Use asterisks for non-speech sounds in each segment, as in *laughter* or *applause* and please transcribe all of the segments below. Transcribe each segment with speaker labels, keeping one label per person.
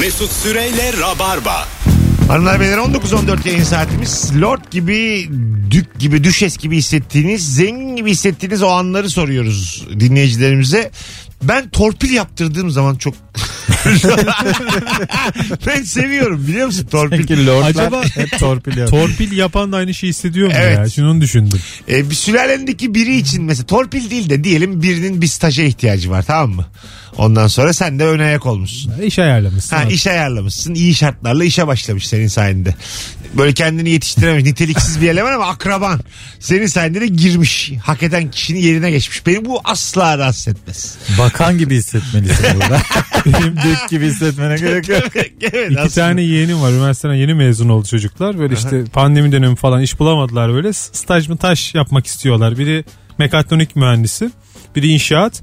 Speaker 1: Mesut Süreyle Rabarba.
Speaker 2: Hanımlar beyler 19.14 yayın saatimiz. Lord gibi, dük gibi, düşes gibi hissettiğiniz, zengin gibi hissettiğiniz o anları soruyoruz dinleyicilerimize. Ben torpil yaptırdığım zaman çok... *laughs* ben seviyorum biliyor musun torpil?
Speaker 3: Çünkü lordlar
Speaker 4: Acaba-
Speaker 3: hep torpil yapıyor.
Speaker 4: Torpil yapan da aynı şeyi hissediyor mu
Speaker 2: Evet.
Speaker 4: ya? Şimdi onu düşündüm.
Speaker 2: E, bir sülalendeki biri için mesela torpil değil de diyelim birinin bir staja ihtiyacı var tamam mı? Ondan sonra sen de ön ayak olmuşsun.
Speaker 4: İş ayarlamışsın.
Speaker 2: Ha,
Speaker 4: abi.
Speaker 2: iş ayarlamışsın. iyi şartlarla işe başlamış senin sayende. Böyle kendini yetiştirememiş. Niteliksiz bir eleman ama akraban. Senin sayende de girmiş. Hak eden kişinin yerine geçmiş. Beni bu asla rahatsız etmez.
Speaker 3: Bakan gibi hissetmelisin
Speaker 4: *laughs*
Speaker 3: burada. Benim dük gibi hissetmene gerek yok.
Speaker 2: *laughs* evet,
Speaker 4: İki
Speaker 2: aslında.
Speaker 4: tane yeğenim var. Üniversiteden yeni mezun oldu çocuklar. Böyle işte pandemi dönemi falan iş bulamadılar böyle. S- Staj mı taş yapmak istiyorlar. Biri mekatronik mühendisi. Biri inşaat.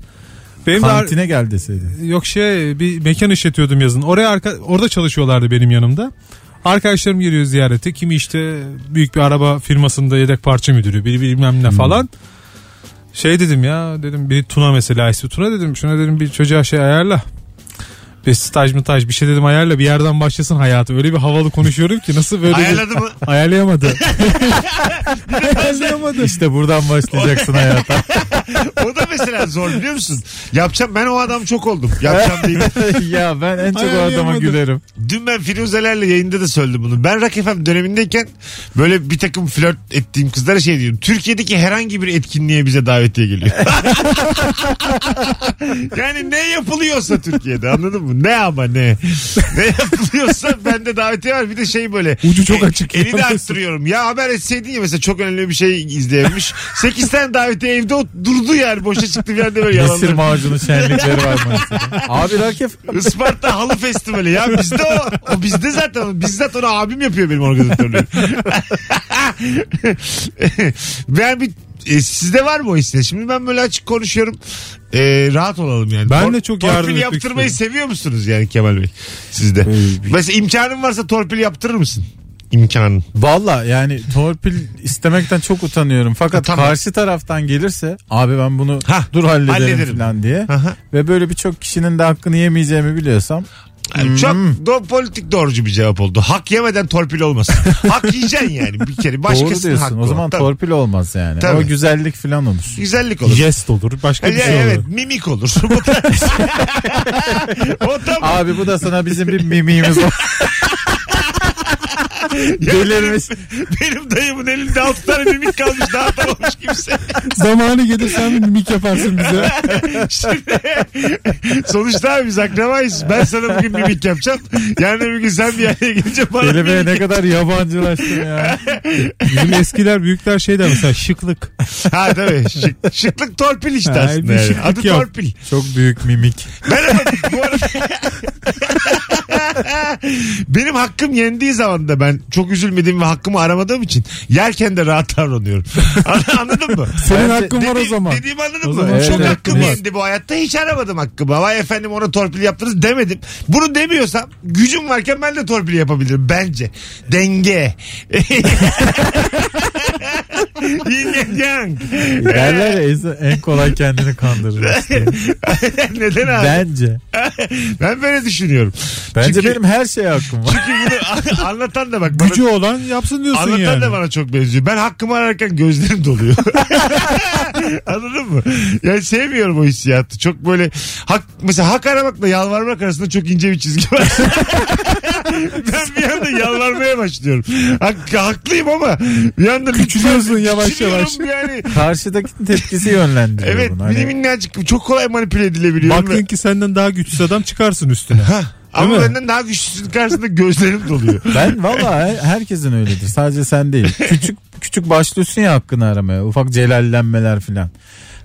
Speaker 4: Benim de ar-
Speaker 3: Kantine gel deseydin.
Speaker 4: yok şey bir mekan işletiyordum yazın. Oraya arka, orada çalışıyorlardı benim yanımda. Arkadaşlarım geliyor ziyarete. Kimi işte büyük bir araba firmasında yedek parça müdürü, biri bilmem ne
Speaker 3: Hmm.
Speaker 4: falan. Şey dedim ya dedim biri Tuna mesela ismi Tuna dedim. Şuna dedim bir çocuğa şey ayarla. Bir staj mı taj bir şey dedim ayarla bir yerden başlasın hayatı. Öyle bir havalı konuşuyorum ki nasıl böyle bir-
Speaker 2: Ayarladı mı?
Speaker 3: *laughs*
Speaker 4: Ayarlayamadı. Ayarlayamadı.
Speaker 3: İşte buradan başlayacaksın hayata.
Speaker 4: *laughs*
Speaker 2: O da mesela zor biliyor musun? Yapacağım ben o adam çok oldum. Yapacağım değil.
Speaker 3: ya ben en çok o adama
Speaker 4: Ayarlayamadım.
Speaker 3: gülerim.
Speaker 2: Dün ben Firuzelerle yayında da söyledim bunu. Ben Rock FM dönemindeyken böyle bir takım flört ettiğim kızlara şey diyorum. Türkiye'deki herhangi bir etkinliğe bize davetiye
Speaker 4: *laughs*
Speaker 2: geliyor. yani ne yapılıyorsa Türkiye'de anladın mı? Ne ama ne. Ne yapılıyorsa bende davetiye var. Bir de şey böyle.
Speaker 4: Ucu çok açık.
Speaker 2: Eli de arttırıyorum. Ya haber etseydin ya mesela çok önemli bir şey izleyemiş. 8 tane davetiye evde o durdu yani. Boşa çıktı bir anda böyle
Speaker 3: Mesir
Speaker 2: yalanlar.
Speaker 3: macunu şenlikleri var mesela. Abi rakip
Speaker 2: Isparta Halı Festivali ya bizde o, o bizde zaten bizzat onu abim yapıyor benim organizatörlüğüm. *laughs* ben bir e, sizde var mı o hisse? Şimdi ben böyle açık konuşuyorum. E, rahat olalım yani.
Speaker 4: Ben de çok yardım
Speaker 2: Torpil
Speaker 4: etmek
Speaker 2: yaptırmayı
Speaker 4: istiyorum.
Speaker 2: seviyor musunuz yani Kemal Bey? Sizde. Mesela imkanın varsa torpil yaptırır mısın? İmkanın.
Speaker 3: Valla yani torpil istemekten çok utanıyorum. Fakat
Speaker 2: Tamam.
Speaker 3: karşı taraftan gelirse abi ben bunu
Speaker 2: Hah,
Speaker 3: dur hallederim,
Speaker 2: hallederim.
Speaker 3: falan diye.
Speaker 2: Aha.
Speaker 3: Ve böyle birçok kişinin de hakkını yemeyeceğimi biliyorsam.
Speaker 2: Yani Çok do politik doğrucu bir cevap oldu. Hak yemeden torpil olmasın. Hak yiyeceksin yani bir kere.
Speaker 3: Doğru
Speaker 2: Başkasının
Speaker 3: diyorsun.
Speaker 2: hakkı
Speaker 3: O zaman
Speaker 2: Tabii.
Speaker 3: torpil olmaz yani.
Speaker 2: Tabii.
Speaker 3: O güzellik falan olur.
Speaker 2: Güzellik olur.
Speaker 4: Jest olur. Başka bir
Speaker 2: Ya,
Speaker 4: şey olur.
Speaker 2: evet mimik olur. *laughs* Bu da- o tam
Speaker 3: Abi bu da sana bizim bir mimiğimiz
Speaker 2: *laughs*
Speaker 3: var.
Speaker 2: *laughs*
Speaker 3: Delirmiş.
Speaker 2: benim dayımın elinde altı tane mimik kalmış dağıtamamış kimse.
Speaker 4: Zamanı gelir sen bir mimik yaparsın bize.
Speaker 2: Şimdi, *laughs* sonuçta abi biz akrabayız. Ben sana bugün mimik yapacağım. Yani bir gün sen bir yere gelince bana
Speaker 3: Kelime'ye
Speaker 2: mimik.
Speaker 3: ne kadar yabancılaştım
Speaker 2: *laughs*
Speaker 3: ya.
Speaker 4: Bizim eskiler büyükler şey der mesela şıklık.
Speaker 2: Ha tabii. Şık, şıklık torpil işte
Speaker 4: Ha, bir
Speaker 2: aslında. yani.
Speaker 4: şıklık
Speaker 2: Adı
Speaker 4: yok.
Speaker 2: torpil.
Speaker 3: şey Çok büyük *laughs* mimik.
Speaker 2: Ben ama bu arada... Benim hakkım yendiği zaman da ben çok üzülmediğim ve hakkımı aramadığım için yerken de rahat
Speaker 4: *laughs*
Speaker 2: davranıyorum. An- Anladın mı?
Speaker 4: Senin
Speaker 3: Bence-
Speaker 4: hakkın var o
Speaker 2: Dedi-
Speaker 4: zaman.
Speaker 2: Dediğimi anladın
Speaker 4: O
Speaker 2: mı?
Speaker 4: zaman
Speaker 2: Çok
Speaker 3: evet,
Speaker 2: hakkım
Speaker 3: evet.
Speaker 2: yendi bu hayatta. Hiç aramadım hakkımı. Vay efendim ona torpil yaptınız demedim. Bunu demiyorsam gücüm varken ben de torpil yapabilirim bence. Denge. *laughs* Yin and yang. *laughs*
Speaker 3: Derler ya insan en kolay kendini kandırır. *laughs* işte.
Speaker 2: Neden abi? Ben,
Speaker 3: Bence.
Speaker 2: böyle düşünüyorum.
Speaker 3: Bence
Speaker 2: Çünkü-
Speaker 3: benim her şeye hakkım *laughs* var.
Speaker 2: Çünkü bunu *laughs* anlatan da bak. bana-
Speaker 4: Gücü olan yapsın diyorsun
Speaker 2: Anlatan
Speaker 4: yani.
Speaker 2: da bana çok benziyor. Ben hakkımı ararken gözlerim doluyor. *laughs* Anladın mı? Yani sevmiyorum o hissiyatı. Çok böyle hak, mesela hak aramakla yalvarmak arasında çok ince bir çizgi var. *laughs* ben bir anda yalvarmaya başlıyorum. Hak, haklıyım ama bir anda
Speaker 4: Küçülüyorsun yavaş
Speaker 2: Küçülüyorum Yani.
Speaker 3: Karşıdakinin tepkisi yönlendiriyor
Speaker 2: Evet
Speaker 3: bunu. Hani
Speaker 2: mini minnacık çok kolay manipüle edilebiliyorum.
Speaker 4: Baktın ki senden daha güçsüz adam
Speaker 3: *laughs*
Speaker 4: çıkarsın üstüne.
Speaker 2: ama
Speaker 4: mi?
Speaker 2: benden daha güçlüsün karşısında gözlerim doluyor.
Speaker 3: Ben valla he- herkesin öyledir. Sadece sen değil. Küçük küçük başlıyorsun ya hakkını aramaya. Ufak celallenmeler filan.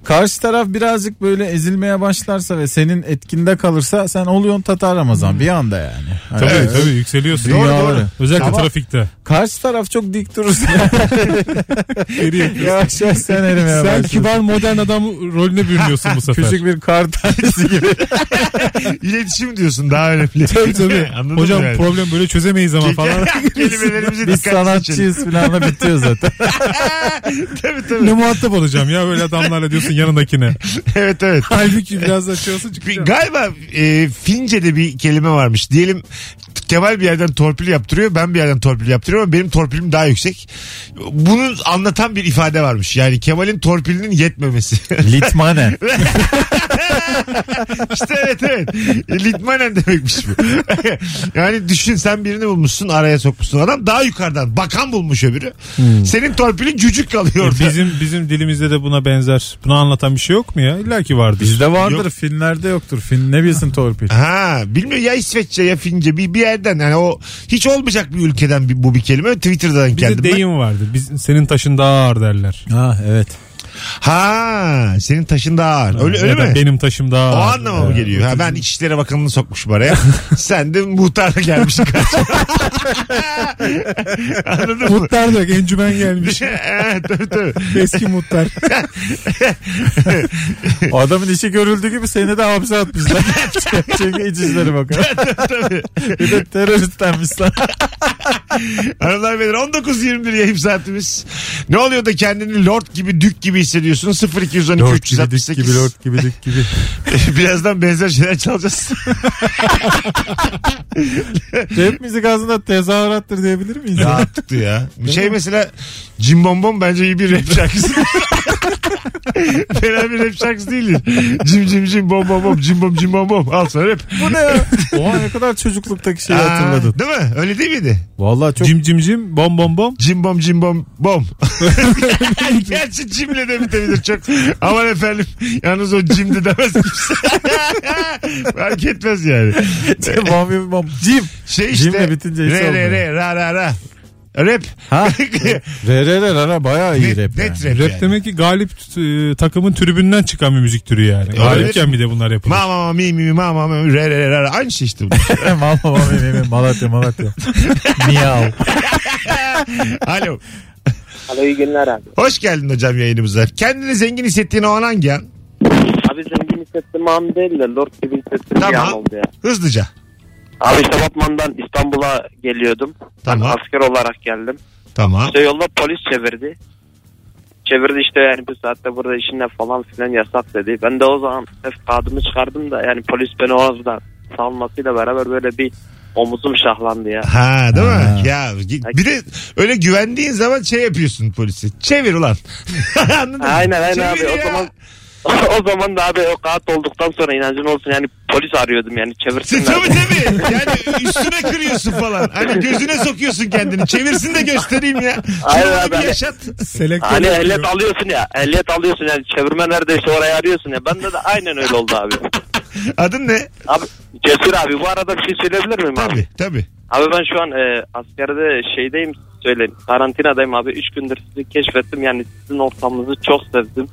Speaker 3: Karşı taraf birazcık böyle ezilmeye başlarsa ve senin etkinde kalırsa sen oluyorsun Tatar Ramazan bir anda yani. Hani
Speaker 4: tabii
Speaker 3: böyle
Speaker 4: tabii yükseliyorsun.
Speaker 3: Doğru,
Speaker 4: Dünyaları.
Speaker 3: doğru.
Speaker 4: Özellikle
Speaker 3: Ama-
Speaker 4: trafikte.
Speaker 3: Karşı taraf çok dik durursa *laughs*
Speaker 4: Geri
Speaker 3: yavaş yavaş sen erimeye
Speaker 4: Sen
Speaker 3: başlıyorsun.
Speaker 4: kibar modern adam rolüne bürünüyorsun bu sefer.
Speaker 3: Küçük bir kar tanesi *laughs* gibi.
Speaker 2: İletişim diyorsun daha önemli.
Speaker 4: Tabii tabii.
Speaker 2: *laughs* Anladın
Speaker 4: Hocam
Speaker 2: mı yani?
Speaker 4: problem böyle çözemeyiz
Speaker 3: *laughs*
Speaker 4: ama falan.
Speaker 2: Kelimelerimizi
Speaker 3: Biz *laughs* sanatçıyız filanla bitiyor zaten.
Speaker 2: Tabii tabii.
Speaker 4: ne muhatap olacağım ya böyle adamlarla diyorsun
Speaker 3: *laughs*
Speaker 4: yanındakine.
Speaker 2: evet evet.
Speaker 4: Halbuki biraz açıyorsun
Speaker 2: Bir-
Speaker 4: çıkacak.
Speaker 2: Galiba e, Fince'de bir kelime varmış. Diyelim Kemal bir yerden torpil yaptırıyor. Ben bir yerden torpil yaptırıyorum ama benim torpilim daha yüksek. Bunu anlatan bir ifade varmış. Yani Kemal'in torpilinin yetmemesi. *laughs*
Speaker 3: *laughs* Litmanen.
Speaker 2: işte evet evet. E, Litmanen demekmiş bu. *laughs* yani düşün sen birini bulmuşsun araya sokmuşsun adam daha yukarıdan. Bakan bulmuş öbürü.
Speaker 4: Hmm.
Speaker 2: Senin torpilin cücük kalıyor orada.
Speaker 4: E, Bizim bizim dilimizde de buna benzer. Bunu anlatan bir şey yok mu ya? İlla ki vardır.
Speaker 3: Bizde vardır
Speaker 2: Yok.
Speaker 3: Finlerde yoktur. Fin ne bilsin torpil.
Speaker 2: Ha bilmiyorum ya İsveççe ya Fince bir, bir yerden yani o hiç olmayacak bir ülkeden bir- bu bir kelime Twitter'dan
Speaker 4: Bir de
Speaker 2: geldi. ben.
Speaker 4: deyim vardır. Biz, senin taşın daha ağır derler.
Speaker 3: Ha evet.
Speaker 2: Ha senin taşın daha ağır. Öyle, öyle
Speaker 4: ya da
Speaker 2: mi?
Speaker 4: benim taşım daha
Speaker 2: O
Speaker 4: ağır.
Speaker 2: anlama mı
Speaker 4: Ya. *laughs*
Speaker 2: geliyor? Ha, ben İçişleri Bakanı'nı sokmuşum araya. *laughs* Sen de muhtarla gelmişsin karşıma. *laughs* Anladın
Speaker 4: *laughs*
Speaker 2: mı?
Speaker 3: Mutlar da encümen gelmiş.
Speaker 2: Evet, tabii, tabii.
Speaker 3: *laughs* Eski mutlar. Adamın işi görüldüğü gibi seni de hapse *laughs* atmışlar. Çünkü İçişleri *laughs* Bakanı. Bir de teröristlenmiş sana.
Speaker 2: Hanımlar beyler 19.21 yayın saatimiz. Ne oluyor da kendini lord gibi dük gibi hissediyorsun? 0212 368.
Speaker 3: gibi dik gibi.
Speaker 2: *laughs* Birazdan benzer şeyler çalacağız.
Speaker 3: Rap müzik aslında tezahürattır diyebilir miyiz?
Speaker 2: Ne yaptık
Speaker 3: *laughs*
Speaker 2: ya? şey mesela Cimbombom bence iyi bir rap şarkısı. *laughs* Fena bir rap şarkısı değil. Cim cim cim bom bom bom cim bom cim bom bom. Al sana rap.
Speaker 3: Bu
Speaker 2: *laughs*
Speaker 3: ne ya? Oha ne kadar çocukluktaki şeyi
Speaker 2: Aa,
Speaker 3: hatırladın.
Speaker 2: Değil mi? Öyle değil miydi?
Speaker 3: Vallahi çok
Speaker 4: Cim cim cim bom
Speaker 2: *laughs*
Speaker 4: bom bom.
Speaker 2: Cim bom cim bom
Speaker 3: *laughs*
Speaker 2: bom. Gerçi cimle de bitebilir çok. Aman efendim yalnız o cimde demez kimse. *laughs* Fark etmez yani.
Speaker 3: bam bam bam. Cim.
Speaker 2: Şey işte.
Speaker 3: Cimle bitince hiç
Speaker 2: re, re
Speaker 3: olmuyor.
Speaker 2: re ra ra ra. Rap.
Speaker 3: Ha? *laughs* Re re re re re bayağı iyi
Speaker 2: net,
Speaker 3: rap.
Speaker 2: net
Speaker 3: *laughs* yani.
Speaker 2: rap.
Speaker 4: Rap
Speaker 2: yani.
Speaker 4: demek ki galip e, takımın tribünden çıkan bir müzik türü yani. Galipken bir de bunlar
Speaker 2: *laughs*
Speaker 4: yapılır.
Speaker 2: Ma ma ma mi mi mi, ma ma ma re re re ra ra. Aynı şey işte bu.
Speaker 3: *laughs* Mal- mal- mal- mal- mal- Malatya Malatya. Miyav.
Speaker 2: Alo.
Speaker 5: Alo iyi günler abi.
Speaker 2: Hoş geldin hocam yayınımıza. Kendini zengin hissettiğin o an hangi an?
Speaker 5: Abi zengin hissettiğim an değil de Lord gibi hissettiğim bir
Speaker 2: Tamam.
Speaker 5: an oldu ya.
Speaker 2: Hızlıca.
Speaker 5: Abi işte Batman'dan İstanbul'a geliyordum.
Speaker 2: Tamam.
Speaker 5: Asker olarak geldim.
Speaker 2: Tamam.
Speaker 5: İşte yolda polis çevirdi. Çevirdi işte yani bu saatte burada işinle falan filan yasak dedi. Ben de o zaman hep kağıdımı çıkardım da yani polis beni orada salmasıyla beraber böyle bir omuzum
Speaker 2: *laughs*
Speaker 5: şahlandı ya.
Speaker 2: Ha değil
Speaker 3: Ha.
Speaker 2: mi? Ya bir de öyle güvendiğin zaman şey yapıyorsun polisi. Çevir ulan. *laughs* Anladın mı?
Speaker 5: Aynen aynen
Speaker 2: Çevir
Speaker 5: abi o
Speaker 2: ya.
Speaker 5: zaman *laughs* o zaman da abi o kağıt olduktan sonra inancın olsun yani polis arıyordum yani
Speaker 2: Sen-
Speaker 5: çevirsinler.
Speaker 2: Tabii tabii. Yani üstüne kırıyorsun falan. Hani gözüne sokuyorsun kendini. Çevirsin de göstereyim ya.
Speaker 5: Aynen
Speaker 2: Şunu da
Speaker 5: abi,
Speaker 2: bir
Speaker 5: aynen.
Speaker 2: yaşat.
Speaker 5: Hani ehliyet alıyorsun ya ehliyet alıyorsun yani çevirme neredeyse oraya arıyorsun ya. Bende de aynen öyle oldu
Speaker 2: *laughs*
Speaker 5: abi.
Speaker 2: Adın ne?
Speaker 5: Abi Cesur abi bu arada bir şey söyleyebilir miyim abi?
Speaker 2: Tabii tabii.
Speaker 5: Abi ben şu an e, askerde şeydeyim söyleyin karantinadayım abi 3 gündür sizi keşfettim yani sizin ortamınızı çok sevdim.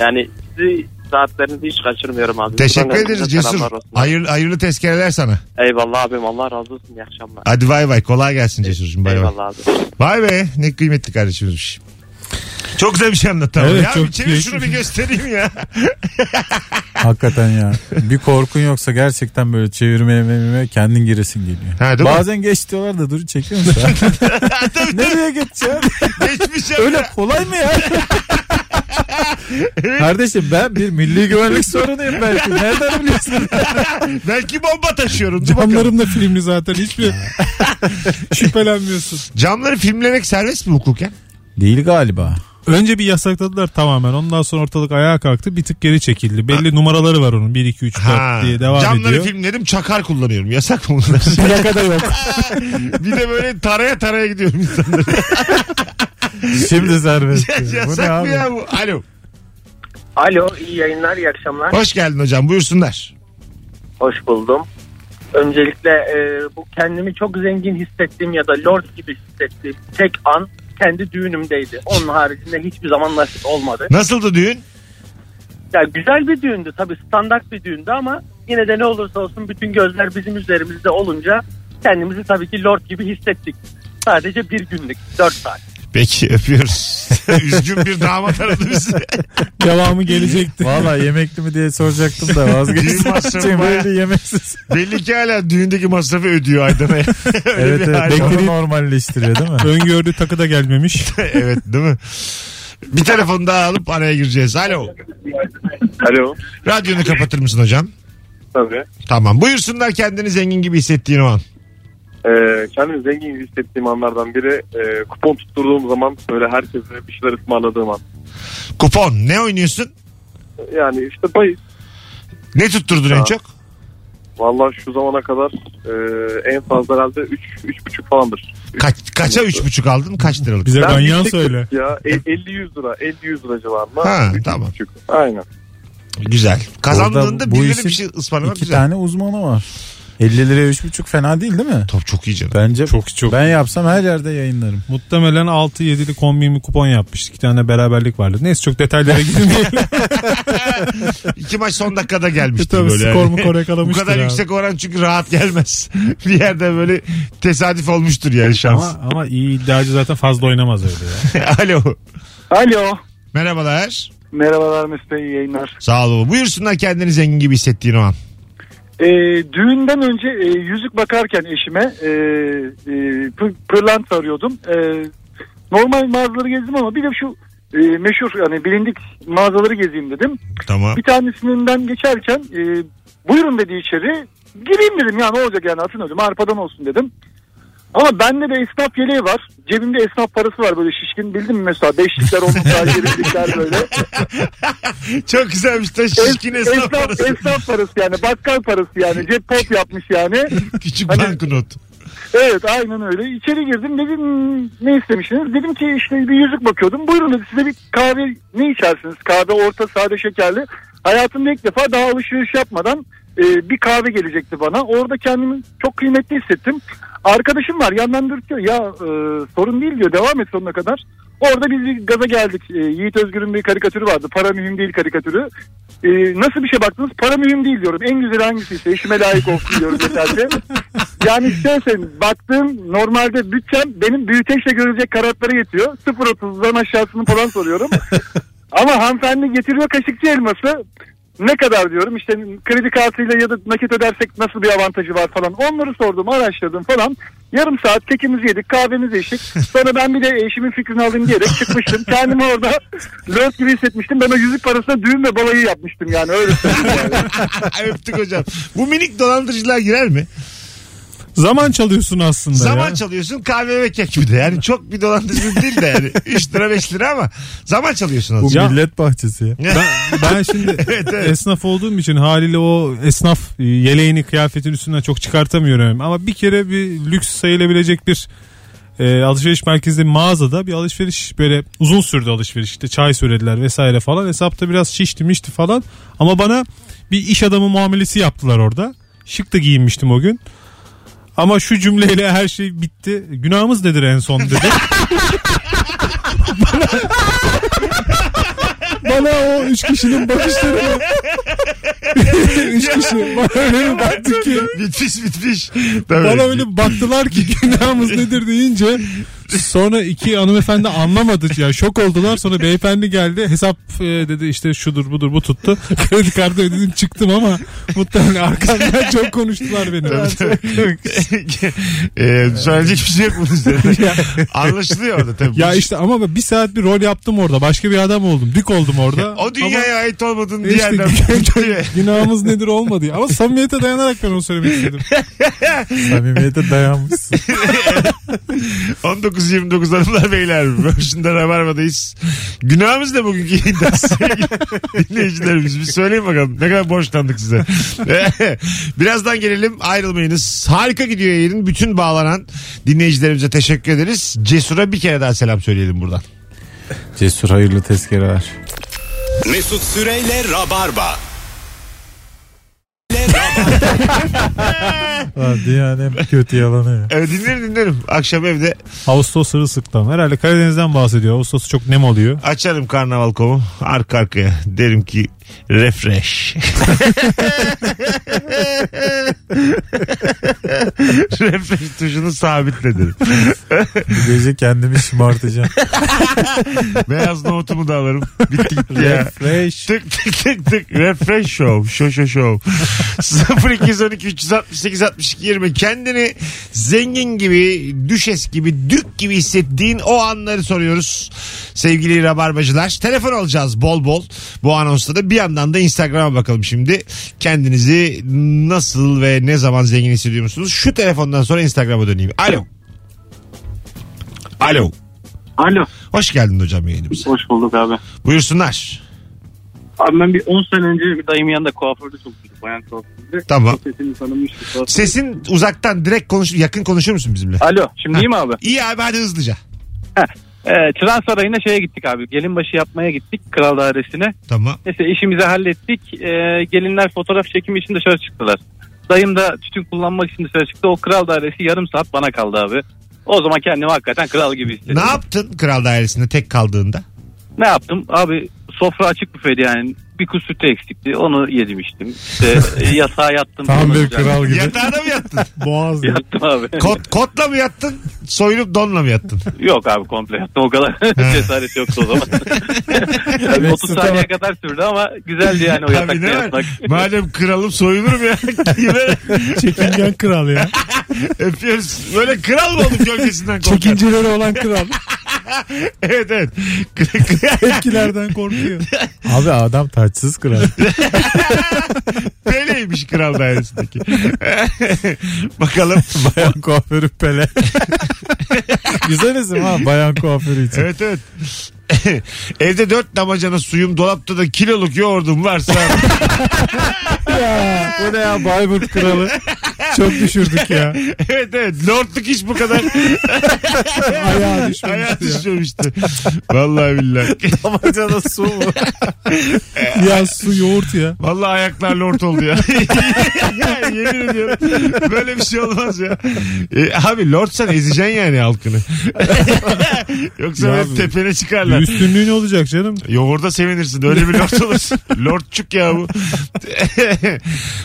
Speaker 5: Yani sizi saatlerinizi hiç kaçırmıyorum abi.
Speaker 2: Teşekkür
Speaker 5: Buradan
Speaker 2: ederiz
Speaker 5: hepinize
Speaker 2: Cesur.
Speaker 5: selamlar olsun.
Speaker 2: Hayır, hayırlı tezkereler sana.
Speaker 5: Eyvallah abim Allah razı olsun iyi akşamlar.
Speaker 2: Hadi bay bay. Kolay gelsin Cesur'cum. Bay bay.
Speaker 5: Eyvallah abi.
Speaker 2: Vay be ne kıymetli kardeşimizmiş. Çok güzel bir şey anlattı ama.
Speaker 4: Evet,
Speaker 2: ya
Speaker 4: çok
Speaker 2: bir çevir
Speaker 4: keyifli.
Speaker 2: şunu bir göstereyim ya.
Speaker 3: Hakikaten ya. *laughs* Bir korkun yoksa gerçekten böyle çevirmeye memime kendin giresin geliyor.
Speaker 2: Ha, değil mi?
Speaker 3: Bazen geç diyorlar da dur çekiyor musun? *laughs* Nereye geçeceksin?
Speaker 2: Geçmiş ya.
Speaker 3: Öyle kolay mı ya? Kardeşim ben bir milli güvenlik sorunuyum belki. Nereden biliyorsun?
Speaker 2: Belki bomba taşıyorum. Dur bakalım.
Speaker 4: Camlarım da filmli zaten hiçbir *laughs* şüphelenmiyorsun.
Speaker 2: Camları filmlemek serbest mi hukuken?
Speaker 3: Değil galiba.
Speaker 4: Önce bir yasakladılar tamamen. Ondan sonra ortalık ayağa kalktı. Bir tık geri çekildi. Belli numaraları var onun. 1 2 3 4
Speaker 2: Ha.
Speaker 4: diye devam
Speaker 2: Camları
Speaker 4: ediyor.
Speaker 2: filmledim çakar kullanıyorum. Yasak mı bunlar?
Speaker 3: Plaka da yok.
Speaker 2: *laughs* bir de böyle taraya taraya gidiyorum insanlara.
Speaker 3: Şimdi serbest. Bu ne
Speaker 2: Yasak mı
Speaker 3: abi?
Speaker 2: ya bu? Alo.
Speaker 6: Alo iyi yayınlar iyi akşamlar.
Speaker 2: Hoş geldin hocam buyursunlar.
Speaker 6: Hoş buldum. Öncelikle e, bu kendimi çok zengin hissettiğim ya da lord gibi hissettiğim tek an kendi düğünümdeydi. Onun haricinde hiçbir zaman nasip olmadı.
Speaker 2: Nasıldı düğün?
Speaker 6: Ya güzel bir düğündü tabii standart bir düğündü ama yine de ne olursa olsun bütün gözler bizim üzerimizde olunca kendimizi tabii ki lord gibi hissettik. Sadece bir günlük 4 saat.
Speaker 2: Peki öpüyoruz. *laughs* Üzgün bir damat aradı bizi.
Speaker 4: Devamı gelecekti.
Speaker 3: Valla yemekli mi diye soracaktım da
Speaker 2: Düğün
Speaker 3: vazgeçtim.
Speaker 2: masrafı
Speaker 3: Çünkü
Speaker 2: bayağı-
Speaker 3: Böyle yemeksiz.
Speaker 2: Belli ki hala düğündeki masrafı ödüyor Aydan'a. *laughs* Öyle
Speaker 3: Evet
Speaker 2: bir
Speaker 3: evet.
Speaker 2: hali var.
Speaker 3: Beklediği normalleştiriyor değil mi?
Speaker 4: Öngördü takı da gelmemiş.
Speaker 2: evet değil mi? Bir telefon daha alıp araya gireceğiz. Alo.
Speaker 5: Alo.
Speaker 2: Radyonu kapatır mısın hocam?
Speaker 5: Tabii.
Speaker 2: Tamam. Buyursunlar kendini zengin gibi hissettiğin o an.
Speaker 5: Ee, kendimi zengin gibi hissettiğim anlardan biri e, kupon tutturduğum zaman böyle herkese bir şeyler ısmarladığım an.
Speaker 2: Kupon. Ne oynuyorsun?
Speaker 5: Yani işte bahis.
Speaker 2: Ne tutturdun en
Speaker 5: Aa.
Speaker 2: çok?
Speaker 5: Valla şu zamana kadar e, en fazla herhalde 3 3,5 falandır.
Speaker 2: Kaç, kaça üç buçuk aldın? Kaç liralık?
Speaker 4: Bize
Speaker 5: Ben
Speaker 4: ganyan
Speaker 5: yüksek
Speaker 4: söyle.
Speaker 5: Ya e- 50-100 lira, 50-100 lira civarında.
Speaker 2: Ha,
Speaker 5: Üç
Speaker 2: tamam.
Speaker 5: buçuk. Aynen.
Speaker 2: Güzel. Kazandığında
Speaker 3: Orada bu
Speaker 2: birilerine
Speaker 3: işin
Speaker 2: bir şey ısmarlamak
Speaker 3: İki
Speaker 2: güzel.
Speaker 3: tane uzmanı var. 50 liraya 3,5 fena değil değil mi?
Speaker 2: Top çok iyi canım.
Speaker 3: Bence
Speaker 4: Çok çok.
Speaker 3: ben yapsam her yerde yayınlarım.
Speaker 4: Muhtemelen 6-7'li kombimi kupon yapmıştık. İki tane beraberlik vardı. Neyse
Speaker 2: *laughs*
Speaker 4: çok detaylara girmeyelim.
Speaker 2: İki maç son dakikada gelmişti.
Speaker 4: E Tabii
Speaker 2: böyle
Speaker 4: skor
Speaker 2: yani. *laughs*
Speaker 4: *laughs* mu kor
Speaker 2: Bu
Speaker 4: yakalamıştır
Speaker 2: kadar
Speaker 4: abi.
Speaker 2: yüksek oran çünkü rahat gelmez. *laughs* bir yerde böyle tesadüf olmuştur yani şans. *laughs*
Speaker 4: Ama, ama iyi iddiacı zaten fazla oynamaz öyle ya.
Speaker 2: Alo.
Speaker 7: Alo.
Speaker 2: Merhabalar.
Speaker 7: Merhabalar Mesut Bey iyi yayınlar.
Speaker 2: Sağ olun. Buyursunlar kendini zengin gibi hissettiğin o an.
Speaker 7: Ee, düğünden önce e, yüzük bakarken eşime e, e, pır- pırlant arıyordum. E, normal mağazaları gezdim ama bir de şu e, meşhur yani bilindik mağazaları gezeyim dedim.
Speaker 2: Tamam. *laughs*
Speaker 7: Bir tanesinden geçerken e, buyurun dedi içeri. Gireyim dedim ya ne olacak yani atın ödüm arpadan olsun dedim. Ama bende de esnaf yeleği var. Cebimde esnaf parası var böyle şişkin bildin mi mesela beşlikler onluklar yirmilikler böyle.
Speaker 2: Çok güzelmiş de
Speaker 7: Es-
Speaker 2: şişkin esnaf parası.
Speaker 7: esnaf parası yani bakkal parası
Speaker 2: *laughs*
Speaker 7: yani cep pop yapmış yani.
Speaker 2: Küçük
Speaker 7: Hani-
Speaker 2: banknot.
Speaker 7: Evet aynen öyle. İçeri girdim dedim "Hmm, ne istemişsiniz? Dedim ki işte bir yüzük bakıyordum. Buyurun dedi size bir kahve ne içersiniz? Kahve orta sade şekerli. Hayatımda ilk defa daha alışveriş yapmadan e, bir kahve gelecekti bana. Orada kendimi çok kıymetli hissettim. Arkadaşım var yandan dürtüyor. Ya e, sorun değil diyor devam et sonuna kadar. Orada biz bir gaza geldik. E, Yiğit Özgür'ün bir karikatürü vardı. Para mühim değil karikatürü. E, nasıl bir şey baktınız? Para mühim değil diyorum. En güzel hangisi ise eşime layık olsun diyorum yeterli. Yani isterseniz baktığım normalde bütçem benim büyüteçle görülecek karatlara yetiyor. 0.30'dan aşağısını falan soruyorum. Ama hanımefendi getiriyor kaşıkçı elması. Ne kadar diyorum işte kredi kartıyla ya da nakit ödersek nasıl bir avantajı var falan. Onları sordum araştırdım falan. Yarım saat kekimizi yedik kahvemizi içtik. Sonra ben bir de eşimin fikrini alayım diyerek çıkmıştım. Kendimi orada lört gibi hissetmiştim. Ben o yüzük parasına düğün ve balayı yapmıştım yani öyle söyleyeyim yani.
Speaker 2: *laughs* Öptük hocam. Bu minik dolandırıcılığa girer mi?
Speaker 4: Zaman çalıyorsun aslında
Speaker 2: Zaman
Speaker 4: ya.
Speaker 2: çalıyorsun kahve ve kek bir de. Yani çok bir dolandırıcılık değil de *laughs* yani. 3 lira 5 lira ama zaman çalıyorsun
Speaker 3: Bu
Speaker 2: azıcık.
Speaker 4: Ya-
Speaker 3: millet bahçesi
Speaker 4: *laughs*
Speaker 3: ya.
Speaker 4: Ben, *laughs* ben *laughs* şimdi
Speaker 2: Evet, evet.
Speaker 4: esnaf olduğum için haliyle o esnaf e, yeleğini kıyafetin üstünden çok çıkartamıyorum. Ama bir kere bir lüks sayılabilecek bir e, alışveriş merkezinde mağazada bir alışveriş böyle uzun sürdü alışveriş. İşte çay söylediler vesaire falan. Hesapta biraz şişti mişti falan. Ama bana bir iş adamı muamelesi yaptılar orada. Şık da giyinmiştim o gün. Ama şu cümleyle her şey bitti. Günahımız nedir en son dedi.
Speaker 3: Bana o üç kişinin bakışları
Speaker 2: *laughs*
Speaker 3: üç kişi bana öyle bir baktı ki
Speaker 2: *laughs* Bitmiş bitmiş. Tabii.
Speaker 4: Bana öyle baktılar ki günahımız nedir deyince sonra iki hanımefendi anlamadı ya şok oldular sonra beyefendi geldi hesap e, dedi işte şudur budur bu tuttu *laughs* kredi kartı ödedim çıktım ama muhtemelen arkamdan çok konuştular beni.
Speaker 2: *laughs* Ee, söyleyecek bir şey yok bunun
Speaker 4: *laughs*
Speaker 2: üzerine. Anlaşılıyor orada tabii.
Speaker 4: ya işte ama ben bir saat bir rol yaptım orada başka bir adam oldum dik oldum orada.
Speaker 2: o dünyaya ait olmadığın
Speaker 4: Ama
Speaker 2: bir
Speaker 4: işte *laughs*
Speaker 2: yerden.
Speaker 4: günahımız nedir olmadı ya. ama samimiyete dayanarak ben onu söylemek istedim.
Speaker 3: samimiyete dayanmışsın.
Speaker 2: 19-29 hanımlar beyler. Virgin'de Rabarba'dayız. Günahımız ne bugünkü yayında *laughs* sevgili dinleyicilerimiz? Bir söyleyin bakalım. Ne kadar borçlandık size. *laughs* Birazdan gelelim ayrılmayınız. Harika gidiyor yayının. Bütün bağlanan dinleyicilerimize teşekkür ederiz. Cesur'a bir kere daha selam söyleyelim buradan.
Speaker 3: Cesur hayırlı tezkereler.
Speaker 1: Mesut Süreyle Rabarba.
Speaker 3: Dünyanın en kötü yalanı ya.
Speaker 2: Evet, dinlerim dinlerim. Akşam evde
Speaker 4: Ağustos sırılsıklam. Herhalde Karadeniz'den bahsediyor. Ağustos çok nem oluyor.
Speaker 2: Açarım karnaval komu arka arkaya. Derim ki refresh. Refleks tuşunu sabitle derim.
Speaker 4: Bu gece kendimi *laughs* şımartacağım.
Speaker 2: Beyaz notumu da alırım. Bitti gitti ya.
Speaker 4: Refresh.
Speaker 2: Tık tık tık tık. Refresh show. Şo şo şov. 0212 368 62 20. Kendini zengin gibi, düşes gibi, dük gibi hissettiğin o anları soruyoruz. Sevgili rabarbacılar. Telefon alacağız bol bol bu anonsta da. Bir yandan da Instagram'a bakalım şimdi. Kendinizi nasıl ve ne zaman zengin hissediyor musunuz? Şu telefondan sonra Instagram'a döneyim. Alo. Alo.
Speaker 5: Alo.
Speaker 2: Hoş geldin hocam yayınımıza.
Speaker 5: Hoş bulduk abi.
Speaker 2: Buyursunlar.
Speaker 5: Abi ben bir 10 sene önce bir dayımın yanında kuaförde çalışıyordum. Bayan kuaförde.
Speaker 2: Tamam.
Speaker 5: Sesini tanımış bir kuaför.
Speaker 2: Sesin uzaktan direkt konuş yakın konuşur musun bizimle?
Speaker 5: Alo şimdi iyi mi abi?
Speaker 2: İyi abi hadi hızlıca.
Speaker 5: Ee, Çıran Sarayı'na şeye gittik abi. Gelinbaşı yapmaya gittik kral dairesine.
Speaker 2: Tamam.
Speaker 5: Neyse işimizi hallettik. Ee, gelinler fotoğraf çekimi için dışarı çıktılar. Dayım da tütün kullanmak için dışarı çıktı. O kral dairesi yarım saat bana kaldı abi. O zaman kendimi hakikaten kral gibi hissettim.
Speaker 2: Ne yaptın kral dairesinde tek kaldığında?
Speaker 5: Ne yaptım? Abi sofra açık büfeydi yani. Bir kuş sütü eksikti. Onu yedim içtim. İşte e, yatağa yattım.
Speaker 4: Tam
Speaker 5: Onu
Speaker 4: bir
Speaker 5: güzel-
Speaker 4: kral gibi.
Speaker 2: Yatağına mı yattın?
Speaker 4: Boğaz. gibi.
Speaker 5: Yattım abi. *laughs*
Speaker 2: Kot, kotla mı yattın? Soyunup donla mı yattın?
Speaker 5: Yok abi komple yattım o kadar *laughs* cesaret yoktu o zaman. Yani
Speaker 4: *laughs*
Speaker 5: 30
Speaker 4: Mesut'a
Speaker 5: saniye
Speaker 4: bak.
Speaker 5: kadar sürdü ama güzeldi yani o
Speaker 2: Abi
Speaker 5: yatakta
Speaker 2: ne
Speaker 5: yatmak.
Speaker 2: var? Madem kralım soyunurum ya. Kime?
Speaker 4: Çekingen kral *laughs* ya.
Speaker 2: Öpüyoruz. Böyle kral mı olduk gölgesinden korkar?
Speaker 4: Çekinceleri olan kral.
Speaker 2: Evet evet. *laughs*
Speaker 4: Etkilerden *laughs* korkuyor. Abi adam taçsız kral.
Speaker 2: Peleymiş kral dairesindeki. *laughs* Bakalım.
Speaker 4: Bayan kuaförü *laughs* Pele. Güzel isim ha bayan kuaförü için.
Speaker 2: Evet *laughs* evet. Evde dört damacana suyum, dolapta da kiloluk yoğurdum varsa
Speaker 4: Ya, *laughs* bu ne ya Bayburt kralı. Çok düşürdük ya.
Speaker 2: evet evet. Lordluk hiç bu kadar
Speaker 4: Ayağa
Speaker 2: ayağa
Speaker 4: düşmemişti ya.
Speaker 2: düşmemişti. Vallahi billahi.
Speaker 4: Damacana su mu? ya su yoğurt ya.
Speaker 2: Vallahi ayaklar lord oldu ya. Yemin ediyorum. Böyle bir şey olmaz ya. E, abi lordsan ezeceksin yani halkını. Yoksa
Speaker 4: Ya
Speaker 2: böyle
Speaker 4: abi.
Speaker 2: tepene çıkarlar.
Speaker 3: Üstünlüğü ne olacak canım?
Speaker 2: Yoğurda sevinirsin. Öyle bir lord olursun. Lordçuk ya bu.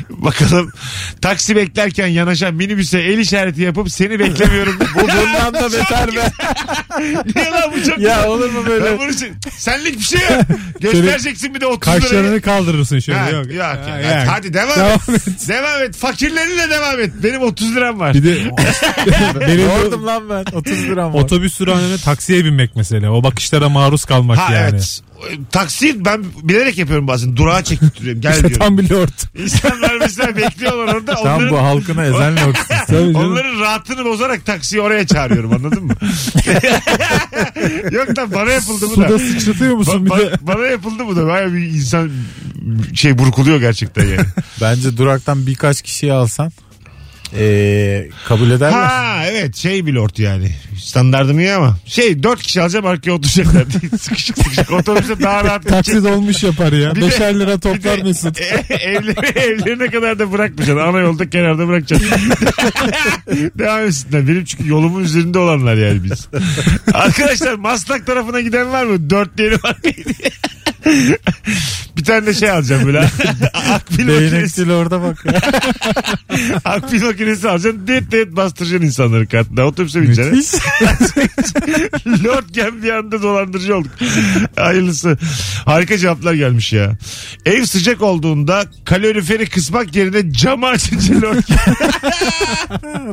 Speaker 2: Bakalım. Taksi beklerken yanaşan minibüse el işareti yapıp seni beklemiyorum.
Speaker 4: Bu bundan da beter be.
Speaker 2: Niye lan bu çok
Speaker 4: Ya olur mu
Speaker 2: Ben
Speaker 4: böyle?
Speaker 2: bunu şey- *laughs* senlik bir şey yok. Göstereceksin bir de 30 lirayı.
Speaker 3: Kaşlarını kaldırırsın şöyle.
Speaker 2: Ha,
Speaker 3: yok.
Speaker 2: yok,
Speaker 3: Ha,
Speaker 2: yok.
Speaker 3: yok.
Speaker 2: Hadi devam,
Speaker 4: Devam
Speaker 2: et. Devam et. Fakirlerinle devam et. Benim 30 liram var.
Speaker 3: Bir de
Speaker 4: Yoğurdum lan ben. 30 gram var.
Speaker 3: otobüs durağına taksiye binmek mesela. O bakışlara maruz kalmak
Speaker 2: Ha
Speaker 3: yani.
Speaker 2: evet. Taksi ben bilerek yapıyorum bazen. Durağa çektiriyorum. Gel diyorum.
Speaker 4: Tam bir lord.
Speaker 2: İnsanlar mesela bekliyorlar orada.
Speaker 4: Tam
Speaker 2: onların,
Speaker 4: bu halkına ezen *laughs* lordsun. Tabii
Speaker 2: onların rahatını bozarak taksiyi oraya çağırıyorum anladın mı? Yok da bana yapıldı bu da.
Speaker 4: Suda *laughs* sıçratıyor
Speaker 2: Ba-
Speaker 4: musun bir de?
Speaker 2: ba- bana yapıldı bu da. Baya bir insan şey burkuluyor gerçekten yani.
Speaker 4: Bence duraktan birkaç kişiyi alsan ee, kabul ederler.
Speaker 2: Ha evet şey bir lord yani. Standardım iyi ama. Şey dört kişi alacağım arkaya
Speaker 4: *laughs*
Speaker 2: oturacaklar diye. sıkışık sıkışık. Otobüse daha rahat
Speaker 4: Taksi dolmuş yapar ya.
Speaker 2: Bir de- *laughs*
Speaker 4: Beşer lira toplar
Speaker 2: de-
Speaker 4: Mesut.
Speaker 2: E- evleri, evlerine kadar da bırakmayacaksın. Ana yolda kenarda
Speaker 4: *laughs*
Speaker 2: bırakacaksın. Devam etsinler. Benim çünkü yolumun üzerinde olanlar yani biz. Arkadaşlar Maslak tarafına giden var mı? Dörtleri var mı? *laughs* bir tane de şey alacağım
Speaker 4: *laughs*
Speaker 2: böyle. Akbil makinesi,
Speaker 4: Değnekçil orada bak. ya.
Speaker 2: *laughs* akbil makinesi alacaksın. Det det bastıracaksın insanları kartına. Otobüse bineceksin.
Speaker 4: Müthiş.
Speaker 2: *laughs* Lordken bir anda dolandırıcı olduk. Hayırlısı. Harika cevaplar gelmiş ya. Ev sıcak olduğunda kaloriferi kısmak yerine camı açınca lordken.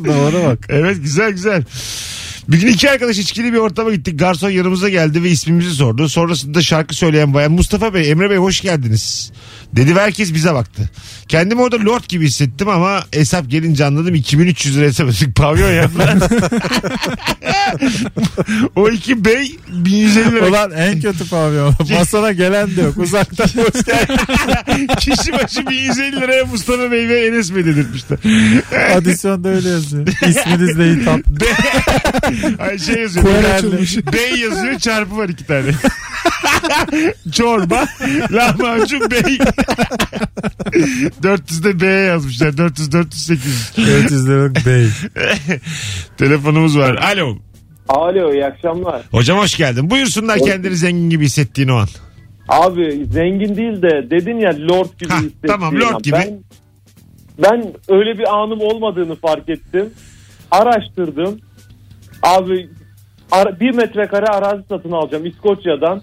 Speaker 4: Doğru bak.
Speaker 2: Evet güzel güzel. Bir gün iki arkadaş içkili bir ortama gittik. Garson yanımıza geldi ve ismimizi sordu. Sonrasında şarkı söyleyen bayan Mustafa Bey, Emre Bey hoş geldiniz. Dedi ve herkes bize baktı. Kendimi orada lord gibi hissettim ama hesap gelince anladım 2300 lira hesap ödedik. Pavyon yaptılar. *laughs* o iki bey 1150 lira
Speaker 4: Ulan en kötü pavyon.
Speaker 2: *laughs*
Speaker 4: Masana gelen de yok. Uzaktan hoş geldin.
Speaker 2: Kişi başı 1150 liraya Mustafa Bey ve Enes Bey dedirtmişler.
Speaker 4: Adisyonda öyle yazıyor. İsminiz de hitap.
Speaker 2: Ay şey yazıyor.
Speaker 4: Kural
Speaker 2: Bey-
Speaker 4: açılmış.
Speaker 2: Bey yazıyor çarpı var iki tane. *laughs* Çorba, lahmacun, bey. *laughs* 400'de B'ye yazmışlar. 400, 408.
Speaker 4: 400 liralık bey.
Speaker 2: *laughs* Telefonumuz var. Alo.
Speaker 7: Alo iyi akşamlar.
Speaker 2: Hocam hoş geldin. Buyursunlar kendini zengin gibi hissettiğin o an.
Speaker 7: Abi zengin değil de dedin ya lord gibi
Speaker 2: Hah,
Speaker 7: hissettiğim
Speaker 2: tamam, lord
Speaker 7: an.
Speaker 2: gibi.
Speaker 7: Ben,
Speaker 8: Ben öyle bir anım olmadığını fark ettim. Araştırdım. Abi ara- bir metrekare arazi satın alacağım İskoçya'dan.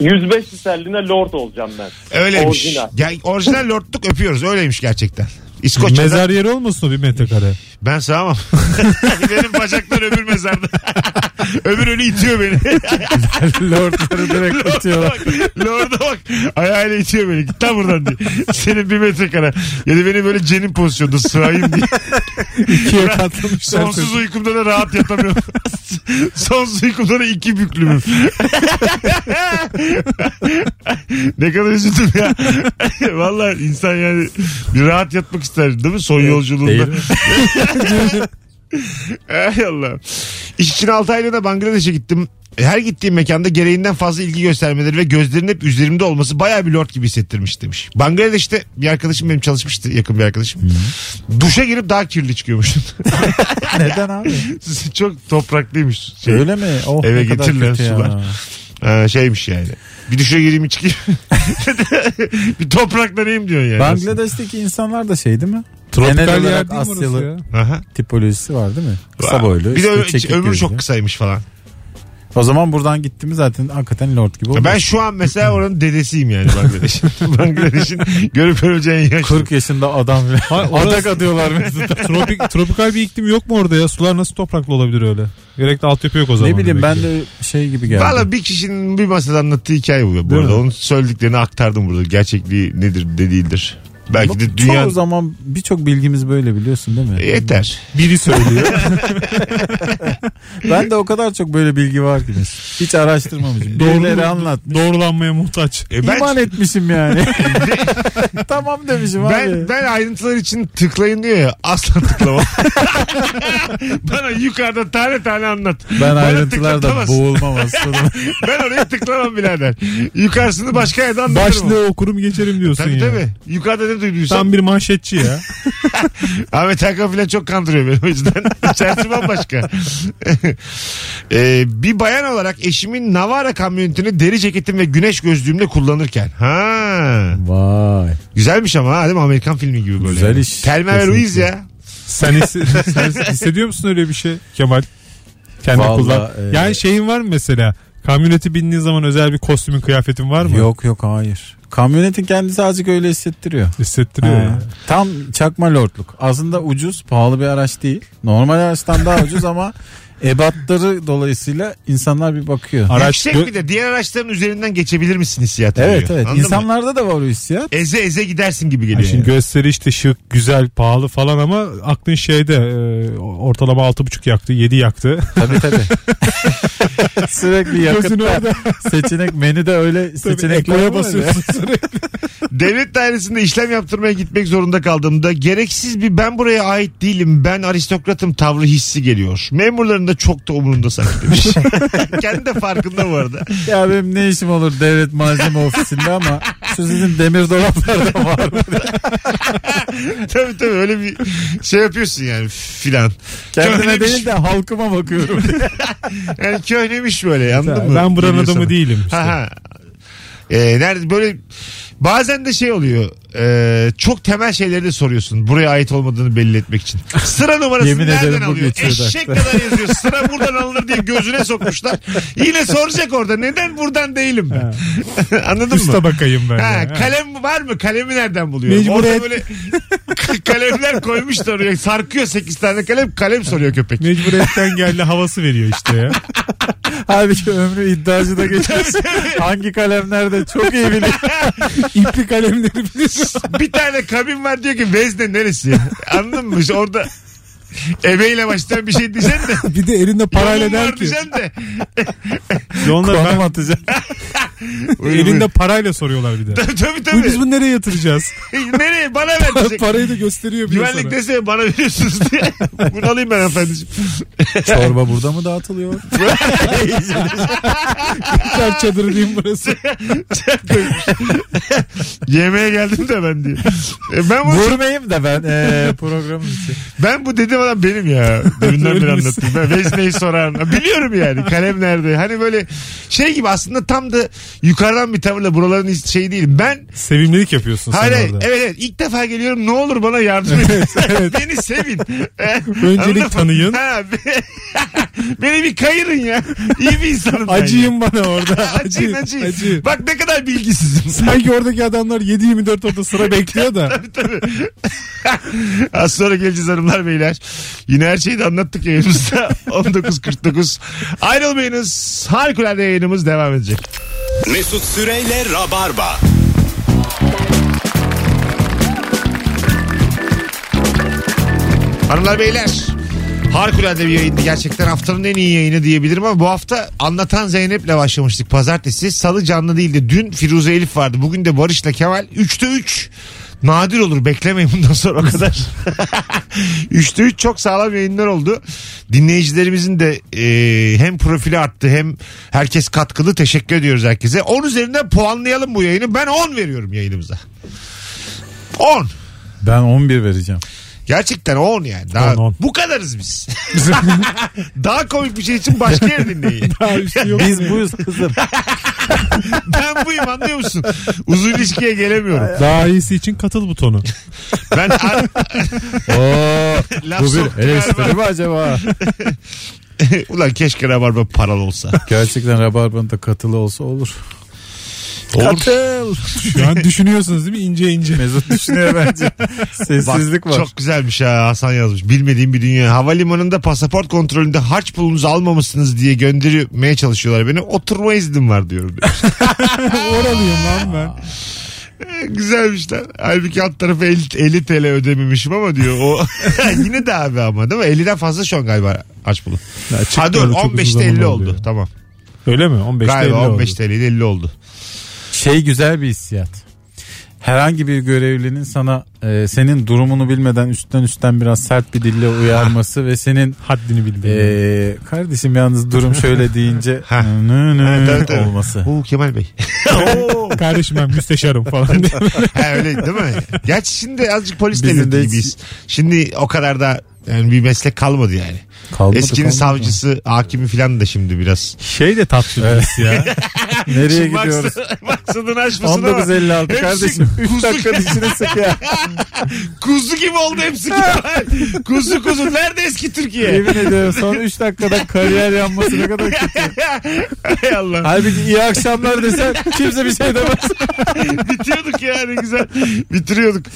Speaker 8: 105 sterline lord olacağım ben.
Speaker 2: Öyleymiş.
Speaker 8: Orijinal.
Speaker 2: Gel- orijinal lordluk öpüyoruz. Öyleymiş gerçekten. İskoçya'da
Speaker 4: Mezar yeri olmasın o bir
Speaker 2: *laughs*
Speaker 4: metrekare.
Speaker 2: ben sağamam. Benim bacaklar öbür mezarda. *laughs* öbür ölü itiyor beni. *laughs*
Speaker 3: Lordları direkt
Speaker 4: *laughs*
Speaker 3: atıyorlar.
Speaker 2: Lorda bak. Ayağıyla itiyor beni. Git lan buradan diye. Senin bir metrekare. Ya da beni böyle cenin pozisyonda sırayım diye.
Speaker 3: İkiye katlamışlar.
Speaker 2: Sonsuz uykumda da rahat yatamıyorum. Sonsuz uykumda da iki büklümüm. ne kadar üzüldüm ya. Valla insan yani bir rahat yatmak ister değil mi son yolculuğunda?
Speaker 3: Değil mi?
Speaker 2: *laughs* Ay Allah. İş için 6 aylığına Bangladeş'e gittim. Her gittiğim mekanda gereğinden fazla ilgi göstermeleri ve gözlerinin hep üzerimde olması baya bir lord gibi hissettirmiş demiş. Bangladeş'te bir arkadaşım benim çalışmıştı yakın bir arkadaşım. Duşa girip daha kirli çıkıyormuşum.
Speaker 3: Neden abi?
Speaker 2: Çok topraklıymış. Şey,
Speaker 3: Öyle mi? Oh,
Speaker 2: Eve
Speaker 3: ne kadar
Speaker 2: getir lan
Speaker 3: kötü ya.
Speaker 2: sular. Ee, şeymiş yani. Bir duşa gireyim
Speaker 3: *laughs*
Speaker 2: çıkayım. bir topraklanayım diyor yani.
Speaker 3: Bangladeş'teki insanlar da şey değil mi? Genel
Speaker 4: Tropikal
Speaker 3: olarak
Speaker 4: yer değil mi orası ya?
Speaker 3: Asyalı
Speaker 2: Aha.
Speaker 3: tipolojisi var değil mi? Kısa boylu.
Speaker 2: Bir de
Speaker 3: işte
Speaker 2: ö-
Speaker 3: çekik
Speaker 2: ömrü
Speaker 3: gözlü.
Speaker 2: çok kısaymış falan.
Speaker 3: O zaman buradan gitti mi zaten hakikaten lord gibi olur. *laughs*
Speaker 2: Ben şu an mesela oranın dedesiyim yani Bangladeş'in. Bangladeş'in görüp öleceğin yaş.
Speaker 3: 40 yaşında adam bile. *laughs* Adak atıyorlar
Speaker 2: *laughs*
Speaker 3: mesela.
Speaker 4: Tropik, tropikal bir iklim yok mu orada ya? Sular nasıl topraklı olabilir öyle? Gerek de altyapı yok o zaman.
Speaker 3: ne bileyim ben
Speaker 4: demek ki.
Speaker 3: de şey gibi geldi.
Speaker 2: Valla bir kişinin bir masada anlattığı hikaye bu. Bu
Speaker 4: Değil
Speaker 2: arada
Speaker 4: mi?
Speaker 2: onun söylediklerini aktardım burada. Gerçekliği nedir ne değildir. Belki de
Speaker 3: dünya...
Speaker 2: dünya...
Speaker 3: Çoğu zaman birçok bilgimiz böyle biliyorsun değil mi?
Speaker 2: Yeter.
Speaker 4: Biri söylüyor.
Speaker 3: *laughs* Ben de o kadar çok böyle bilgi var ki. Hiç araştırmamışım. Birileri anlat.
Speaker 4: Doğrulanmaya muhtaç.
Speaker 2: E ben,
Speaker 3: İman
Speaker 2: *laughs*
Speaker 3: etmişim yani. tamam demişim
Speaker 2: ben,
Speaker 3: abi.
Speaker 2: ben ayrıntılar için tıklayın diyor ya. Asla tıklama. Bana yukarıda tane tane anlat.
Speaker 3: Ben
Speaker 2: Bana
Speaker 3: ayrıntılarda
Speaker 2: tıklatamazsın. *laughs*
Speaker 3: boğulmam aslında.
Speaker 2: Ben oraya tıklamam birader. Yukarısını başka yerden anlatırım.
Speaker 4: Başlığı okurum geçerim diyorsun
Speaker 2: Tabii
Speaker 4: ya.
Speaker 2: tabii. Yukarıda ne duyduysam.
Speaker 4: Tam bir manşetçi ya.
Speaker 2: Ahmet Hakan falan çok kandırıyor beni o yüzden. *laughs* İçerisi bambaşka. *laughs* ee, bir bayan olarak eşimin Navara kamyonetini deri ceketim ve güneş gözlüğümle kullanırken. Ha.
Speaker 3: Vay.
Speaker 2: Güzelmiş ama ha değil mi? Amerikan filmi gibi böyle.
Speaker 3: Güzel iş.
Speaker 2: Telma ve
Speaker 3: Kesinlikle.
Speaker 2: Louise ya.
Speaker 4: Sen,
Speaker 3: *laughs*
Speaker 4: hisse- sen hissediyor musun öyle bir şey Kemal? Kendi
Speaker 3: Vallahi,
Speaker 4: kullan.
Speaker 3: e-
Speaker 4: Yani şeyin var mı mesela? Kamyoneti bindiğin zaman özel bir kostümün kıyafetin var mı?
Speaker 3: Yok yok hayır. Kamyonetin kendisi azıcık öyle hissettiriyor.
Speaker 4: Hissettiriyor.
Speaker 3: Ha.
Speaker 4: ya.
Speaker 3: Tam çakma lordluk. Aslında ucuz, pahalı bir araç değil. Normal araçtan daha ucuz ama ebatları dolayısıyla insanlar bir bakıyor.
Speaker 4: Araç
Speaker 2: Yüksek
Speaker 4: gö-
Speaker 2: bir de diğer araçların üzerinden geçebilir misin hissiyatı
Speaker 3: evet
Speaker 2: veriyor.
Speaker 3: evet.
Speaker 2: Anladın mı?
Speaker 3: İnsanlarda da var o hissiyat.
Speaker 2: Eze eze gidersin gibi
Speaker 4: Yani
Speaker 2: geliyor.
Speaker 4: Hani şimdi gösteri işte şık, güzel, pahalı falan ama aklın şeyde e, ortalama 6,5 yaktı,
Speaker 3: *laughs*
Speaker 4: 7 yaktı.
Speaker 3: Tabii tabii. Sürekli
Speaker 4: Gözünü
Speaker 3: yakıtta
Speaker 4: orada
Speaker 3: seçenek menüde öyle seçenekler
Speaker 4: ekoya
Speaker 3: var ya.
Speaker 4: basıyorsun sürekli.
Speaker 2: *laughs* Devlet dairesinde işlem yaptırmaya gitmek zorunda kaldığımda gereksiz bir ben buraya ait değilim ben aristokratım tavrı hissi geliyor. Memurların da çok da umurunda sanki
Speaker 4: *laughs*
Speaker 2: demiş. *laughs* Kendi de farkında bu arada. *laughs*
Speaker 3: *laughs* Ya benim ne işim olur devlet malzeme ofisinde ama şu sizin demir dolaplarda var.
Speaker 2: tabii tabii öyle bir şey yapıyorsun yani filan.
Speaker 3: Kendime
Speaker 2: Köhnemiş.
Speaker 3: değil de halkıma bakıyorum.
Speaker 2: Yani köhnemiş böyle anladın mı?
Speaker 4: *laughs* ben buranın
Speaker 2: Geliyor
Speaker 4: adamı
Speaker 2: sana.
Speaker 4: değilim. işte.
Speaker 2: Ha, ha. Ee, nerede böyle bazen de şey oluyor e, çok temel şeyleri de soruyorsun buraya ait olmadığını belli etmek için sıra numarasını
Speaker 3: Yemin
Speaker 2: nereden
Speaker 3: ederim bu
Speaker 2: alıyor
Speaker 3: geçiyor da.
Speaker 2: eşek kadar yazıyor sıra buradan alınır diye gözüne sokmuşlar yine soracak orada neden buradan değilim ben *laughs* anladın
Speaker 4: Üst
Speaker 2: mı
Speaker 4: tabakayım ben.
Speaker 2: Ha,
Speaker 4: ya.
Speaker 2: kalem var mı? Kalemi nereden buluyor? Orada
Speaker 4: Mecburiyet.
Speaker 2: böyle *laughs* kalemler koymuş da oraya. Sarkıyor 8 tane kalem. Kalem soruyor köpek.
Speaker 4: Mecburiyetten geldi havası veriyor işte ya.
Speaker 3: *laughs* Halbuki ömrü iddiacı da geçiyorsun. Hangi kalemlerde çok iyi biliyor.
Speaker 4: *laughs* İpli kalemleri biliyorsun.
Speaker 3: *laughs*
Speaker 2: bir tane kabin var diyor ki vezne neresi? Anladın mı? İşte orada ebeyle başlayan bir şey diyeceksin de.
Speaker 4: Bir de elinde parayla
Speaker 2: Yolun var
Speaker 4: der ki.
Speaker 2: diyeceksin
Speaker 4: *laughs*
Speaker 2: de.
Speaker 4: Onlar
Speaker 3: Konum
Speaker 4: ben,
Speaker 3: atacak. *laughs*
Speaker 4: elinde parayla soruyorlar bir de.
Speaker 2: tabii
Speaker 4: Bu
Speaker 2: tabii. E,
Speaker 4: biz bunu nereye yatıracağız?
Speaker 2: Nereye? Bana ver diyecek.
Speaker 4: Parayı da gösteriyor bir de
Speaker 2: Güvenlik
Speaker 4: sana.
Speaker 2: dese bana veriyorsunuz
Speaker 4: *laughs*
Speaker 2: diye. Bunu alayım ben efendim.
Speaker 3: Çorba burada mı dağıtılıyor?
Speaker 4: *laughs* Kar çadırı diyeyim burası.
Speaker 2: Yemeğe geldim de ben diye. E Ben bu,
Speaker 3: Vurmayayım da ben eee programın için.
Speaker 2: ben bu dediğim adam benim ya. Deminden beri
Speaker 4: Ölmüşsün.
Speaker 2: anlattım. Ben vezneyi soran. Biliyorum yani. Kalem nerede? Hani böyle şey gibi aslında tam da yukarıdan bir tavırla buraların is- şeyi değil. Ben
Speaker 4: Sevimlilik yapıyorsun
Speaker 2: Hayır,
Speaker 4: sen
Speaker 2: hayır,
Speaker 4: orada.
Speaker 2: evet evet ilk defa geliyorum ne olur bana
Speaker 4: *laughs*
Speaker 2: yardım edin. Beni sevin. Ee, Anladın mı?
Speaker 4: Öncelik tanıyın.
Speaker 2: Ha, be- *laughs* Beni bir kayırın ya. İyi bir insanım ben ya.
Speaker 4: Acıyın bana orada.
Speaker 2: Acıyın,
Speaker 4: Acıyın,
Speaker 2: acıyın.
Speaker 4: acıyın.
Speaker 2: Bak ne kadar bilgisizim. *laughs*
Speaker 4: *laughs* Sanki oradaki adamlar 7-24 orada sıra bekliyor da.
Speaker 2: Az sonra geleceğiz hanımlar beyler. Yine her şeyi de anlattık yayınımızda. *laughs* 19.49. Ayrılmayınız. Harikulade yayınımız devam edecek.
Speaker 1: Mesut Süreyle Rabarba.
Speaker 2: Hanımlar beyler. Harikulade bir yayındı. Gerçekten haftanın en iyi yayını diyebilirim ama bu hafta anlatan Zeynep'le başlamıştık. Pazartesi salı canlı değildi. Dün Firuze Elif vardı. Bugün de Barış'la Kemal. 3'te 3. Nadir olur beklemeyin bundan sonra o kadar. *laughs* 3'te 3 çok sağlam yayınlar oldu. Dinleyicilerimizin de e, hem profili arttı hem herkes katkılı. Teşekkür ediyoruz herkese. 10 üzerinden puanlayalım bu yayını. Ben 10 veriyorum yayınımıza. 10.
Speaker 3: Ben 11
Speaker 4: *laughs*
Speaker 3: vereceğim.
Speaker 2: Gerçekten 10 yani. Daha,
Speaker 4: 10, 10.
Speaker 2: Bu kadarız biz. *laughs* Daha komik bir şey için başka yer dinleyin.
Speaker 4: şey
Speaker 3: Biz buyuz kızım.
Speaker 2: ben buyum anlıyor musun? Uzun ilişkiye gelemiyorum.
Speaker 4: Daha iyisi için katıl butonu.
Speaker 2: Ben ar- *laughs*
Speaker 3: Oo,
Speaker 2: laf
Speaker 3: bu
Speaker 2: soktum
Speaker 3: bir eleştiri
Speaker 2: galiba.
Speaker 3: mi acaba?
Speaker 2: Ulan keşke rabarba paralı olsa.
Speaker 3: Gerçekten Rabarba'nın da katılı olsa olur. Katıl.
Speaker 4: Şu an düşünüyorsunuz değil mi? İnce ince.
Speaker 3: Mesut düşünüyor bence.
Speaker 2: Bak,
Speaker 3: Sessizlik var.
Speaker 2: Çok güzelmiş ha Hasan yazmış. Bilmediğim bir dünya. Havalimanında pasaport kontrolünde harç pulunuzu almamışsınız diye göndermeye çalışıyorlar beni. Oturma iznim var diyorum.
Speaker 4: Oralıyım lan ben.
Speaker 2: *laughs* Güzelmişler. Halbuki alt tarafı 50, 50 TL ödememişim ama diyor. O yine de abi ama değil mi? 50'den fazla şu an galiba aç bulun.
Speaker 4: Ya çıktı
Speaker 2: Ha dur
Speaker 4: öyle çok
Speaker 2: 15'te
Speaker 4: uzun
Speaker 2: 50
Speaker 4: zaman
Speaker 2: oldu.
Speaker 4: oluyor.
Speaker 2: Tamam.
Speaker 4: Öyle mi? 15'te
Speaker 2: galiba
Speaker 4: 50 oldu.
Speaker 2: 15 TL 'ydi, 50 oldu.
Speaker 3: Şey güzel bir hissiyat. Herhangi bir görevlinin sana e, senin durumunu bilmeden üstten üstten biraz sert bir dille uyarması ve senin
Speaker 4: Haddini bildi.
Speaker 3: e, kardeşim yalnız durum şöyle deyince
Speaker 2: *laughs* Ha.
Speaker 3: nı nı nı
Speaker 2: tabii, tabii.
Speaker 3: olması.
Speaker 2: Oo Kemal Bey.
Speaker 4: Kardeşim ben
Speaker 2: *laughs*
Speaker 4: müsteşarım falan. diye.
Speaker 2: ha, öyle değil mi? Gerçi şimdi azıcık polis
Speaker 3: Bizim
Speaker 2: devleti
Speaker 3: de hiç-
Speaker 2: gibiyiz. Şimdi o kadar da yani bir meslek kalmadı yani.
Speaker 3: Kalmadı,
Speaker 2: Eskinin
Speaker 3: kalmadı.
Speaker 2: savcısı, hakimi falan da şimdi biraz.
Speaker 4: şey de tatlı bir his ya.
Speaker 3: *laughs* Nereye
Speaker 2: Şimdi
Speaker 3: gidiyoruz?
Speaker 2: maksadı- *laughs* maksadını aşmasın ama
Speaker 3: 1956
Speaker 2: Hepsi
Speaker 3: kardeşim. 3
Speaker 2: kuzu-
Speaker 3: dakika dişini
Speaker 2: *laughs*
Speaker 3: sık ya.
Speaker 2: kuzu gibi oldu hepsi. kuzu kuzu. Nerede eski Türkiye?
Speaker 3: Yemin ediyorum son 3 dakikada kariyer yanması ne
Speaker 2: *laughs*
Speaker 3: kadar kötü.
Speaker 2: Hay Allah.
Speaker 3: Halbuki iyi akşamlar desen kimse bir şey demez.
Speaker 2: Bitiriyorduk ya ne güzel. Bitiriyorduk.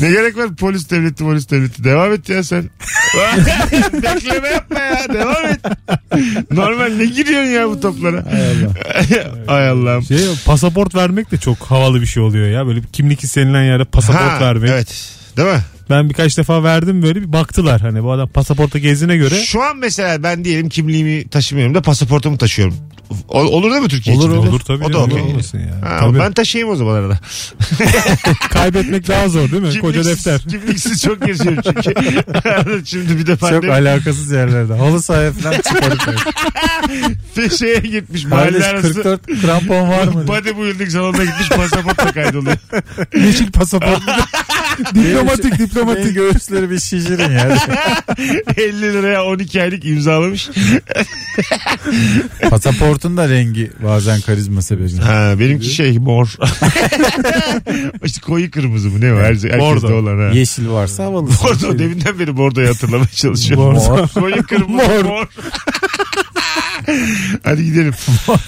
Speaker 2: Ne gerek var polis devleti polis devleti. Devam et ya sen. *laughs* Bekleme yapma ya. Devam et. Normal ne giriyorsun ya bu toplara. *laughs* Ay Allah'ım.
Speaker 4: Şey, pasaport vermek de çok havalı bir şey oluyor ya. Böyle bir kimlik istenilen yere pasaport
Speaker 2: Ha,
Speaker 4: vermek.
Speaker 2: Evet. Değil mi?
Speaker 4: Ben birkaç defa verdim böyle bir baktılar. Hani bu adam pasaporta gezdiğine göre
Speaker 2: Şu an mesela ben diyelim kimliğimi taşımıyorum da pasaportumu taşıyorum. O- olur değil mi Türkiye
Speaker 4: olur
Speaker 2: için?
Speaker 4: olur, tabii.
Speaker 2: O da
Speaker 4: canım,
Speaker 2: okey.
Speaker 4: olmasın ya.
Speaker 2: Ha,
Speaker 4: Tabii.
Speaker 2: ben taşıyayım o zaman arada.
Speaker 4: Kaybetmek daha zor değil mi? Koca defter.
Speaker 2: Kimliksiz çok yaşıyorum
Speaker 4: *laughs*
Speaker 2: çünkü. *laughs* Şimdi bir de
Speaker 3: Çok
Speaker 2: pandemi
Speaker 3: alakasız yerlerde. Halı sahaya falan çıkarıp.
Speaker 2: *laughs* şeye gitmiş. Mahalle
Speaker 3: Kardeş
Speaker 2: arası.
Speaker 3: 44 krampon var mı?
Speaker 2: Body building salonuna gitmiş pasaportla kaydoluyor. *laughs*
Speaker 4: Yeşil pasaport.
Speaker 3: *laughs* diplomatik diplomatik. göğüsleri bir şişirin ya.
Speaker 2: 50 liraya 12 aylık imzalamış.
Speaker 3: Pasaportun da rengi bazen karizma sebebi.
Speaker 2: Ha, benimki şey *laughs* mor. işte koyu kırmızı mı ne var? Her, herkeste
Speaker 4: Bordo.
Speaker 2: olan ha.
Speaker 3: Yeşil varsa havalı.
Speaker 2: Bordo deminden beri bordoyu hatırlamaya *laughs* çalışıyorum.
Speaker 3: Mor.
Speaker 2: koyu kırmızı mor. *laughs* Hadi gidelim.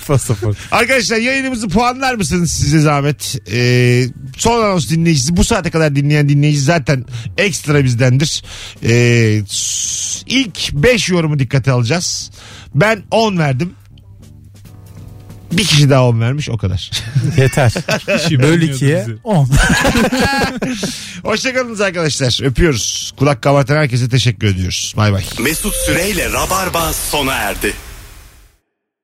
Speaker 3: pasaport.
Speaker 2: Arkadaşlar yayınımızı puanlar mısınız size zahmet? Ee, son anons dinleyicisi bu saate kadar dinleyen dinleyici zaten ekstra bizdendir. Ee, s- ilk 5 yorumu dikkate alacağız. Ben 10 verdim. Bir kişi daha 10 vermiş o kadar. *laughs*
Speaker 3: Yeter. Böl ikiye 10.
Speaker 2: Hoşçakalınız arkadaşlar. Öpüyoruz. Kulak kabartan herkese teşekkür ediyoruz. Bay bay.
Speaker 1: Mesut Süreyle Rabarba sona erdi.